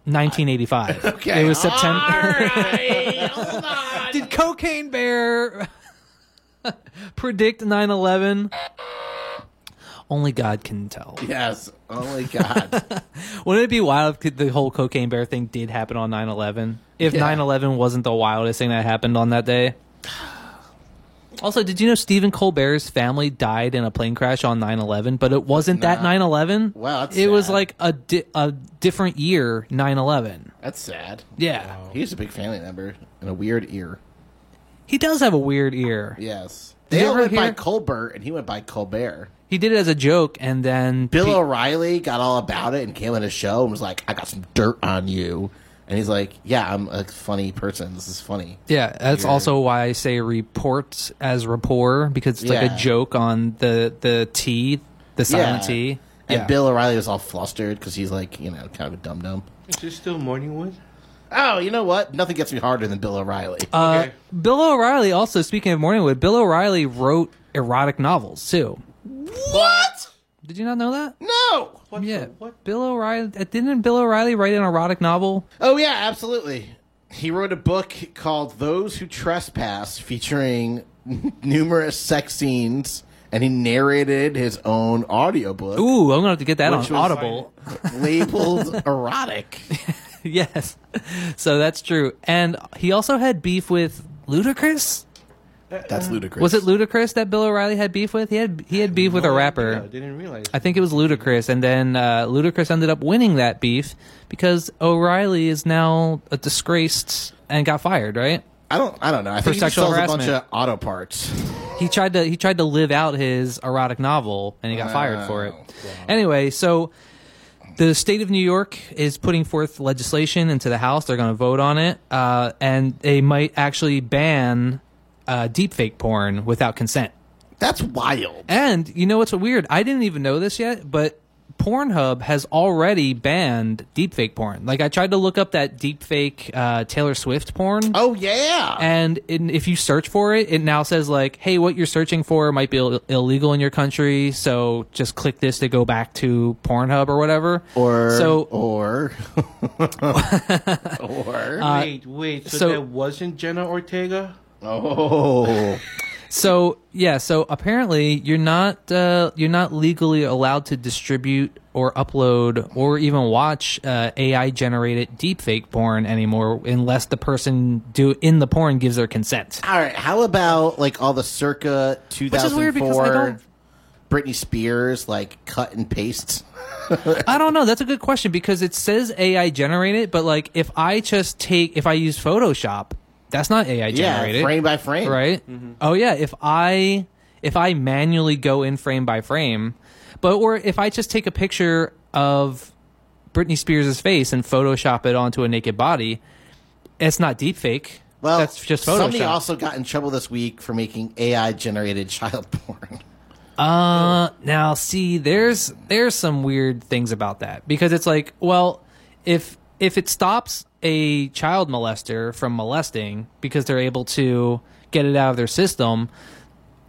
1985.
Okay,
It was September.
Alright, hold on.
Did Cocaine Bear predict 9 11? Only God can tell.
Yes. Oh my God.
Wouldn't it be wild if the whole Cocaine Bear thing did happen on 9 11? If
Yeah.
9 11 wasn't the wildest thing that happened on that day? Also, did you know Stephen Colbert's family died in a plane crash on 9 11, but it wasn't that 9 11?
Wow, that's
It was
sad.
like a, di- a different year, 9 11.
That's sad.
Yeah.
He was a big family member and a weird ear.
He does have a weird ear.
Yes.
Did
They
you
all
ever
went by
hear-
Colbert, and he went by Colbert.
He did it as a joke, and then
Bill
pe-
O'Reilly got all about it and came on a show and was like, "I got some dirt on you," and he's like, "Yeah, I'm a funny person. This is funny."
Yeah, that's also why I say reports as rapport because it's like
Yeah.
a joke on the the T, the silent
Yeah.
T.
And
Yeah.
Bill O'Reilly was all flustered because he's like, you know, kind of a dum dum.
Is this still Morningwood?
Oh, you know what? Nothing gets me harder than Bill O'Reilly.
Uh,
Okay.
Bill O'Reilly also speaking of Morningwood, Bill O'Reilly wrote erotic novels too.
what?
Did you not know that?
No.
What
yeah,
the- what?
Bill O'Reilly uh, didn't Bill O'Reilly write an erotic novel?
Oh yeah, absolutely. He wrote a book called "Those Who Trespass," featuring numerous sex scenes, and he narrated his own audiobook
Ooh, I'm gonna have to get that
Which
on
was-
Audible.
labeled "erotic."
yes, so that's true. And he also had beef with Ludacris.
That's ludicrous.
Was it Ludacris that Bill O'Reilly had beef with? He had he had beef with a
No
rapper.
idea. I Oh, didn't realize.
I think it was Ludacris, and then uh, Ludacris ended up winning that beef because O'Reilly is now a disgraced and got fired. Right?
I don't. I don't know. I think he just
sexual
sells a bunch
harassment.
of auto parts.
He tried to he tried to live out his erotic novel, and he got fired for it. Anyway, so the state of New York is putting forth legislation into the House. They're going to vote on it, uh, and they might actually ban uh, deepfake porn without consent.
That's wild.
And you know what's weird? I didn't even know this yet, but Pornhub has already banned deepfake porn. Like I tried to look up that deepfake uh, Taylor Swift porn.
Oh yeah.
And in, if you search for it, it now says like, "Hey, what you're searching for might be Ill- illegal in your country, so just click this to go back to Pornhub or whatever."
or
so
or or
wait, wait. So,
so-
that wasn't Jenna Ortega.
oh
So yeah, so apparently you're not uh, you're not legally allowed to distribute or upload or even watch uh, AI generated deepfake porn anymore unless the person do in the porn gives their consent.
All right, how about like all the circa
is weird because they
2004 Britney Spears like cut and paste?
I don't know. That's a good question because it says AI generated, but like if I just take if I use Photoshop, that's not AI generated.
Yeah, frame by frame. Mm-hmm.
right? Oh yeah, if I if I manually go in frame by frame, but or if I just take a picture of Britney Spears' face and Photoshop it onto a naked body, it's not deep fake.
Well,
that's just Photoshop.
Somebody also got in trouble this week for making AI generated child porn.
Uh, now see, there's there's some weird things about that because it's like, well, if if it stops a child molester from molesting because they're able to get it out of their system,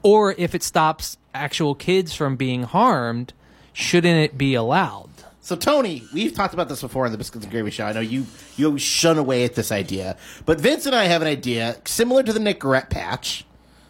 or if it stops actual kids from being harmed, shouldn't it be allowed?
So Tony, we've talked about this before on the Biscuits and Gravy Show. I know you you always shun away at this idea, but Vince and I have an idea similar to the Nicorette patch,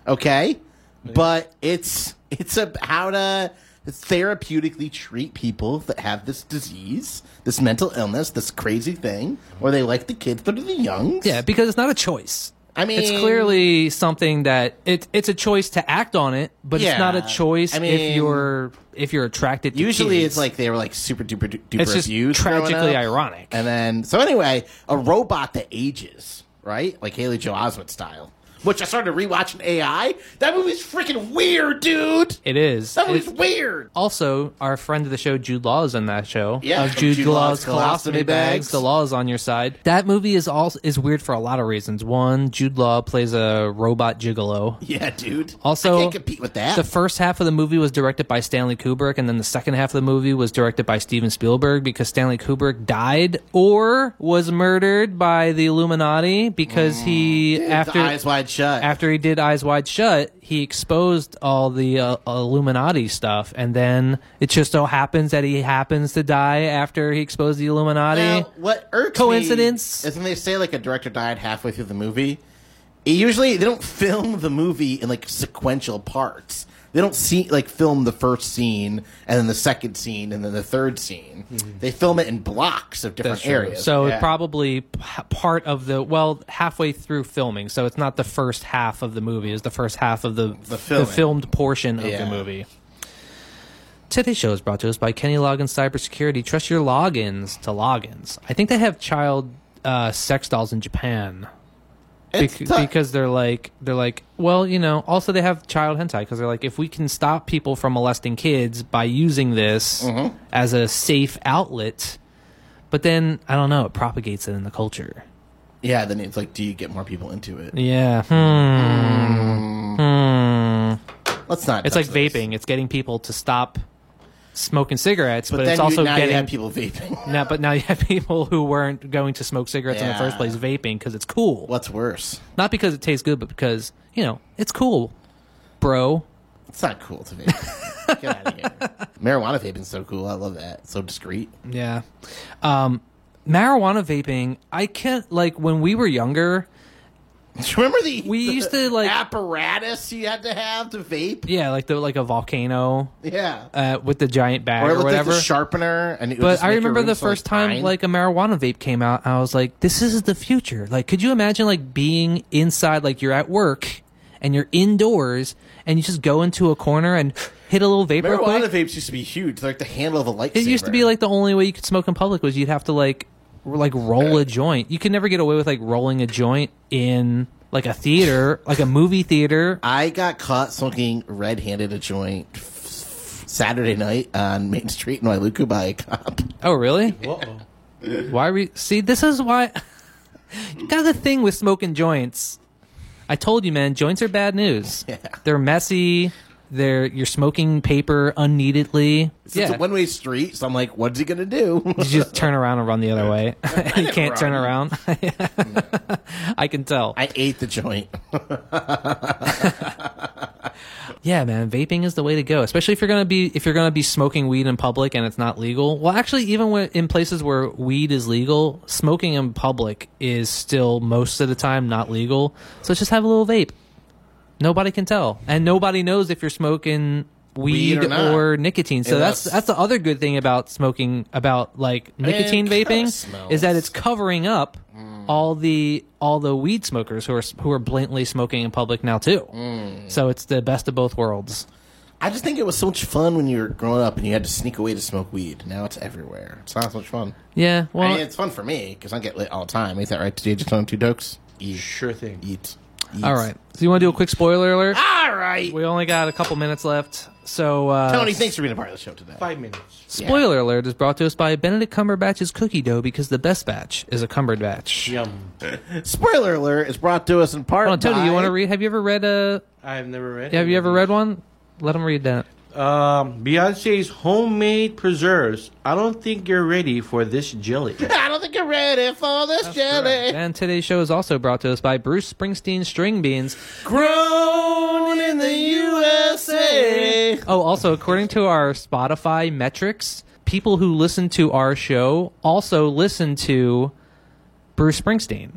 okay? But it's it's a how to therapeutically treat people that have this disease, this mental illness, this crazy thing, or they like the kids that are the youngs.
Yeah, because it's not a choice.
I mean,
It's clearly something that it, it's a choice to act on it, but
Yeah.
it's not a choice
I mean-
if you're if you're attracted. to
Usually,
kids.
it's like they were like super duper du- duper
it's just
abused. growing
tragically
up.
ironic.
And then, so anyway, a robot that ages, right? Like Haley Joel Osment style. Which I started rewatching AI. That movie's freaking weird, dude.
It is.
That movie's
It's-
weird.
also, our friend of the show, Jude Law, is on that show.
Yeah,
Of Jude,
Jude
Law's
Law's
colostomy bags.
colostomy bags.
The law is on your side. That movie is also is weird for a lot of reasons. One, Jude Law plays a robot gigolo.
Yeah, dude.
Also,
I can't compete with that.
The first half of the movie was directed by Stanley Kubrick, and then the second half of the movie was directed by Steven Spielberg because Stanley Kubrick died or was murdered by the Illuminati because he
With
after
the eyes wide shut.
after he did Eyes Wide Shut, he exposed all the uh, Illuminati stuff, and then it just so happens that he happens to die after he exposed the Illuminati.
Now, what irks
Coincidence?
Me is when they say like a director died halfway through the movie. it- usually, they don't film the movie in like sequential parts. They don't see like film the first scene and then the second scene and then the third scene. They film it in blocks of different areas.
so
Yeah.
it probably p- part of the well halfway through filming, so it's not the first half of the movie; it's the first half of the the,
filming.
filmed portion of
Yeah.
the movie. Today's show is brought to us by Kenny Loggins Cybersecurity. Trust your logins to logins. I think they have child uh, sex dolls in Japan.
It's
Bec-
tough.
because they're like they're like well you know also they have child hentai because they're like if we can stop people from molesting kids by using this
Mm-hmm.
as a safe outlet but then i don't know it propagates it in the culture
yeah, then it's like, do you get more people into it?
yeah hmm.
Let's not.
it's like
touch this.
vaping it's getting people to stop smoking cigarettes
but,
but,
then
it's
you-
also
now you
getting
have people vaping.
now, but now you have people who weren't going to smoke cigarettes in the first
Yeah.
place vaping because it's cool
What's worse?
not because it tastes good but because you know it's cool bro
It's not cool to vape. get out of here. Marijuana vaping's so cool. I love that. So discreet.
Yeah. Um, marijuana vaping, I can't, like, when we were younger,
Do you remember the
We
the
used to, like-
apparatus you had to have to vape?
yeah, like the, like a volcano
Yeah,
uh, with the giant bag
or it
or,
looked
whatever.
like the sharpener. And it would
but
just
I
make your
remember
room
the
smell
first
like
time,
pine.
like, a marijuana vape came out, I was like, this is the future. Like, could you imagine, like, being inside, like, you're at work and you're indoors and you just go into a corner and hit a little vape real
marijuana
quick?
vapes used to be huge, like the handle of a lightsaber.
It used to be like the only way you could smoke in public was you'd have to like r- like roll a joint. You could never get away with like rolling a joint in like a theater, like a movie theater.
I got caught smoking red-handed a joint f- Saturday night on Main Street in Wailuku by a cop.
Oh, really?
Uh-oh.
Why we See, this is why you got the thing with smoking joints. I told you, man, joints are bad news.
Yeah.
They're messy. They're you're smoking paper unneededly.
So It's a one-way street, so I'm like, what's he gonna do?
You just turn around and run the other way. you can't turn around. I can tell.
I ate the joint.
Yeah, man, vaping is the way to go, especially if you're gonna be if you're gonna be smoking weed in public and it's not legal. Well, actually, even when, in places where weed is legal, smoking in public is still most of the time not legal. So just have a little vape. Nobody can tell, and nobody knows if you're smoking weed,
Weed or not.
or, nicotine. So
Yeah,
that's that's
that's-
the other good thing about smoking about like nicotine
it kinda
vaping
smells. Mm.
is that it's covering up all the all the weed smokers who are who are blatantly smoking in public now too.
Mm.
So it's the best of both worlds.
I just think it was so much fun when you were growing up and you had to sneak away to smoke weed. Now it's everywhere. It's not so much fun.
Yeah, well,
I mean, it's fun for me because I get lit all the time. Ain't that right, DJ? Just on two dokes. Eat,
Sure thing.
eat, eat.
all right. So you want to do a quick spoiler alert?
All right.
We only got a couple minutes left. So uh,
Tony, thanks for being a part of the show today.
Five minutes.
Spoiler alert is brought to us by Benedict Cumberbatch's cookie dough because the best batch is a Cumberbatch.
Yum.
Spoiler alert is brought to us in part
Hold on, Oh, Tony,
by...
you want to read? Have you ever read a?
I've never read.
Have
any
you
of
ever
these.
read one? Let him read that.
Um, Beyonce's homemade preserves. I don't think you're ready for this jelly.
I don't think you're ready for this jelly.
And today's show is also brought to us by Bruce Springsteen String Beans.
Grown in the USA.
Oh, also according to our Spotify metrics, people who listen to our show also listen to Bruce Springsteen.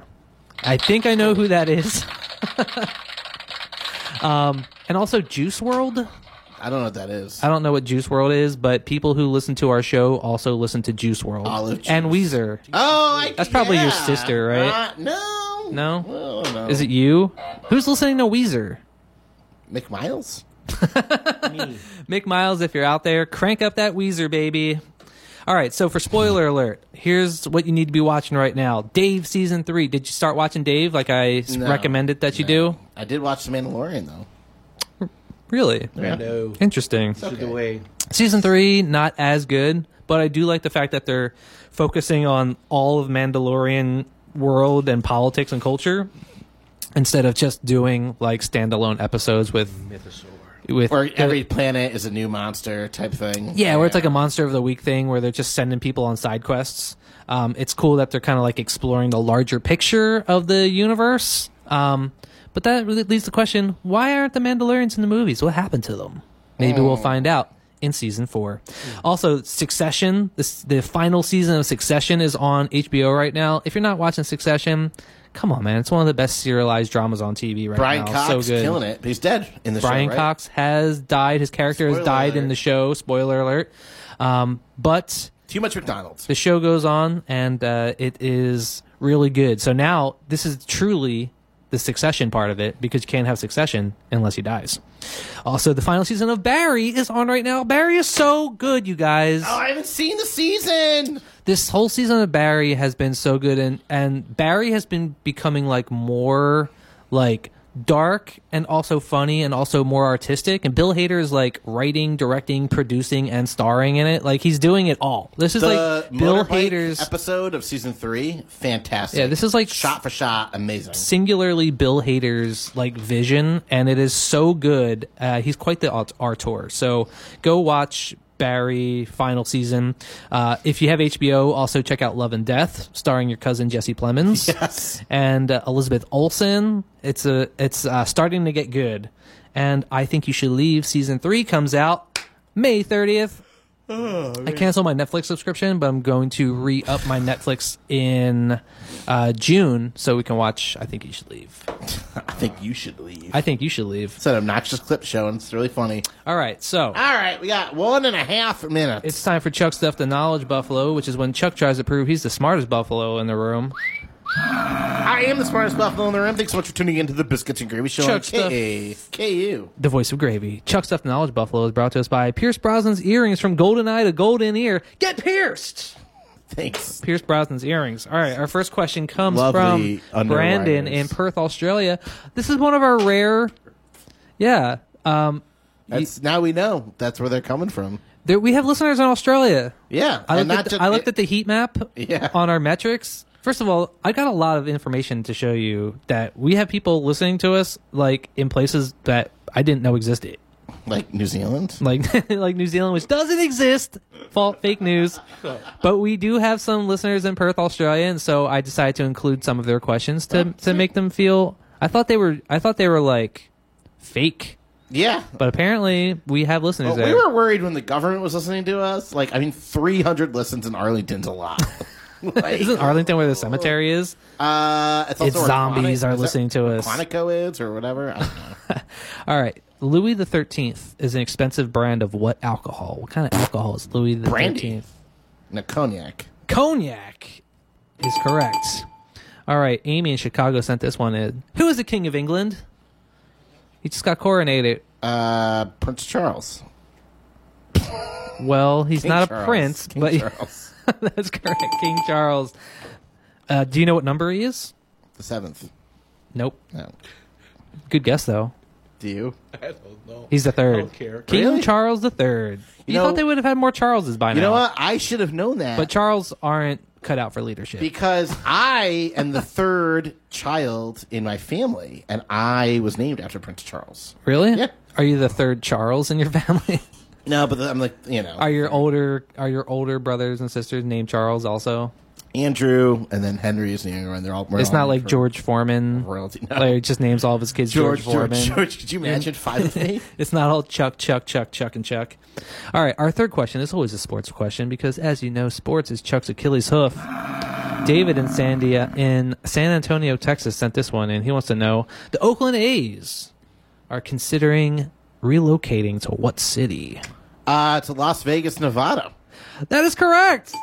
I think I know who that is. um, and also Juice World.
I don't know what that is.
I don't know what Juice World is, but people who listen to our show also listen to Juice World
Olive
and Weezer.
Oh, I,
That's probably your
yeah.
sister, right?
Uh, no.
No?
Well, no.
Is it you? Who's listening to Weezer?
McMiles?
Mick Miles, if you're out there, crank up that Weezer, baby. All right, so for spoiler alert, here's what you need to be watching right now. Dave season three. Did you start watching Dave like I s-
No.
recommended that you do?
I did watch The Mandalorian, though.
Really?
No.
Interesting.
To the way.
Season three, not as good, but I do like the fact that they're focusing on all of Mandalorian world and politics and culture instead of just doing like standalone episodes with with
Where
the-
every planet is a new monster type thing.
Yeah, where it's like a monster of the week thing where they're just sending people on side quests. Um, it's cool that they're kind of like exploring the larger picture of the universe. Um, but that really leads to the question why aren't the Mandalorians in the movies? What happened to them? Maybe we'll
Hmm.
find out in season four. Also, Succession, this, the final season of Succession is on HBO right now. If you're not watching Succession, come on, man. It's one of the best serialized dramas on TV right
Brian
now.
Cox
so good.
killing it. He's dead in the
Brian
show, right?
Cox has died. His character has
Spoiler
died in
alert.
the show. Spoiler alert. Um, but
Too much McDonald's.
the show goes on, and uh, it is really good. So now this is truly the succession part of it because you can't have succession unless he dies. Also, the final season of Barry is on right now. Barry is so good, you guys.
Oh, I haven't seen the season.
This whole season of Barry has been so good, and and Barry has been becoming like more like dark and also funny and also more artistic. And Bill Hader is like writing, directing, producing, and starring in it. Like he's doing it all. This is
The
like Bill
motorbike
Hader's
episode of season three, fantastic.
Yeah, this is like-
shot for shot, amazing.
singularly Bill Hader's like vision, and it is so good. Uh, he's quite the art- artor. So go watch Barry final season. Uh, if you have HBO, also check out Love and Death, starring your cousin Jesse Plemons
Yes.
and uh, Elizabeth Olsen. It's a it's uh, starting to get good, and I think you should leave. Season three comes out May thirtieth. I canceled my Netflix subscription, but I'm going to re up my Netflix in uh, June so we can watch. I think you should leave.
I think you should leave.
I think you should leave.
it's an obnoxious clip show, and it's really funny.
All right, so
All right, we got one and a half minutes.
it's time for Chuck stuff the knowledge buffalo, which is when Chuck tries to prove he's the smartest buffalo in the room.
I am the smartest buffalo in the room. Thanks so much for tuning in to the Biscuits and Gravy Show
Chuck
on KKU.
The voice of gravy. Chuck stuff the knowledge buffalo is brought to us by Pierce Brosnan's earrings from golden eye to golden ear. Get pierced.
Thanks.
Pierce Brosnan's earrings. All right, our first question comes
Lovely
from
underwriters.
Brandon in Perth, Australia. This is one of our rare, yeah. Um,
That's, now we know that's where they're coming from.
there, we have listeners in Australia.
Yeah,
I looked,
and not
at, the-
just-
I looked at the heat map
Yeah.
on our metrics. First of all, I got a lot of information to show you that we have people listening to us like in places that I didn't know existed,
like New Zealand.
like like New Zealand, which doesn't exist. Fault fake news. But we do have some listeners in Perth, Australia, and so I decided to include some of their questions to to make them feel. I thought they were I thought they were like fake,
Yeah.
but apparently we have listeners
But
there.
we were worried when the government was listening to us. Like, I mean, 300 listens in Arlington's a lot. Like,
Isn't Arlington where the cemetery is?
uh, it's, also
It's
where
zombies
Quantico-
are
is that
listening to
where
us.
Quantico is or whatever. I don't know.
All right. Louis the Thirteenth is an expensive brand of what alcohol? What kind of alcohol is Louis the
Brandy.
Thirteenth?
no, cognac.
Cognac is correct. All right. Amy in Chicago sent this one in. Who is the King of England? He just got coronated.
Uh, Prince Charles.
Well, he's
King
not
Charles.
a prince,
King
but
Charles
that's correct. King Charles. Uh, do you know what number he is?
the seventh.
Nope.
No,
Good guess though.
do you?
I don't
Oh,
know.
He's the third.
I don't care.
King
Really?
Charles the third. You,
know-
thought they would have had more Charleses by now.
You know what? I should have known that.
But Charles aren't cut out for leadership.
because I am the third child in my family, and I was named after Prince Charles.
really?
Yeah.
Are you the third Charles in your family?
No, but I'm like you know
are your older are your older brothers and sisters named Charles also?
Andrew, and then Henry is the younger one. They're all. we're
It's
all
not
named
like
for
George Foreman.
royalty. No.
Like he just names all of his kids George,
George,
Foreman.
George, George, could you imagine five of me?
It's not all Chuck, Chuck, Chuck, Chuck, and Chuck. All right, our third question is always a sports question because, as you know, sports is Chuck's Achilles' hoof. David in Sandia in San Antonio, Texas, sent this one, and he wants to know: the Oakland A's are considering relocating to what city?
Uh, to Las Vegas, Nevada.
That is correct.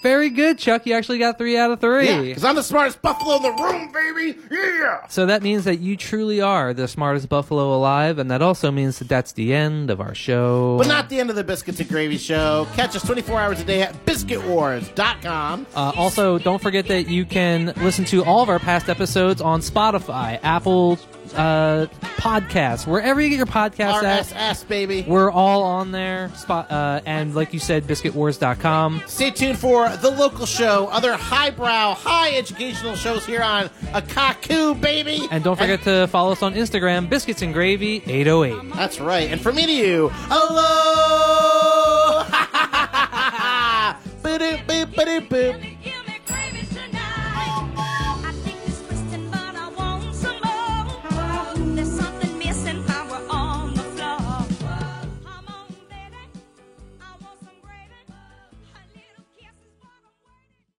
Very good, Chuck. You actually got three out of three.
Yeah, because I'm the smartest buffalo in the room, baby. Yeah.
So that means that you truly are the smartest buffalo alive, and that also means that that's the end of our show.
But not the end of the Biscuits and Gravy Show. Catch us 24 hours a day at biscuitwars.com.
Uh, also, don't forget that you can listen to all of our past episodes on Spotify, Apple uh, Podcasts, wherever you get your podcasts at.
RSS, baby.
We're all on there. Spot, uh, and like you said, biscuitwars.com.
Stay tuned for The Local Show, other highbrow, high educational shows here on Akaku, baby.
And don't forget to follow us on Instagram, Biscuits and Gravy 808.
That's right. And for me to you, hello! Boop, boop, boop, boop.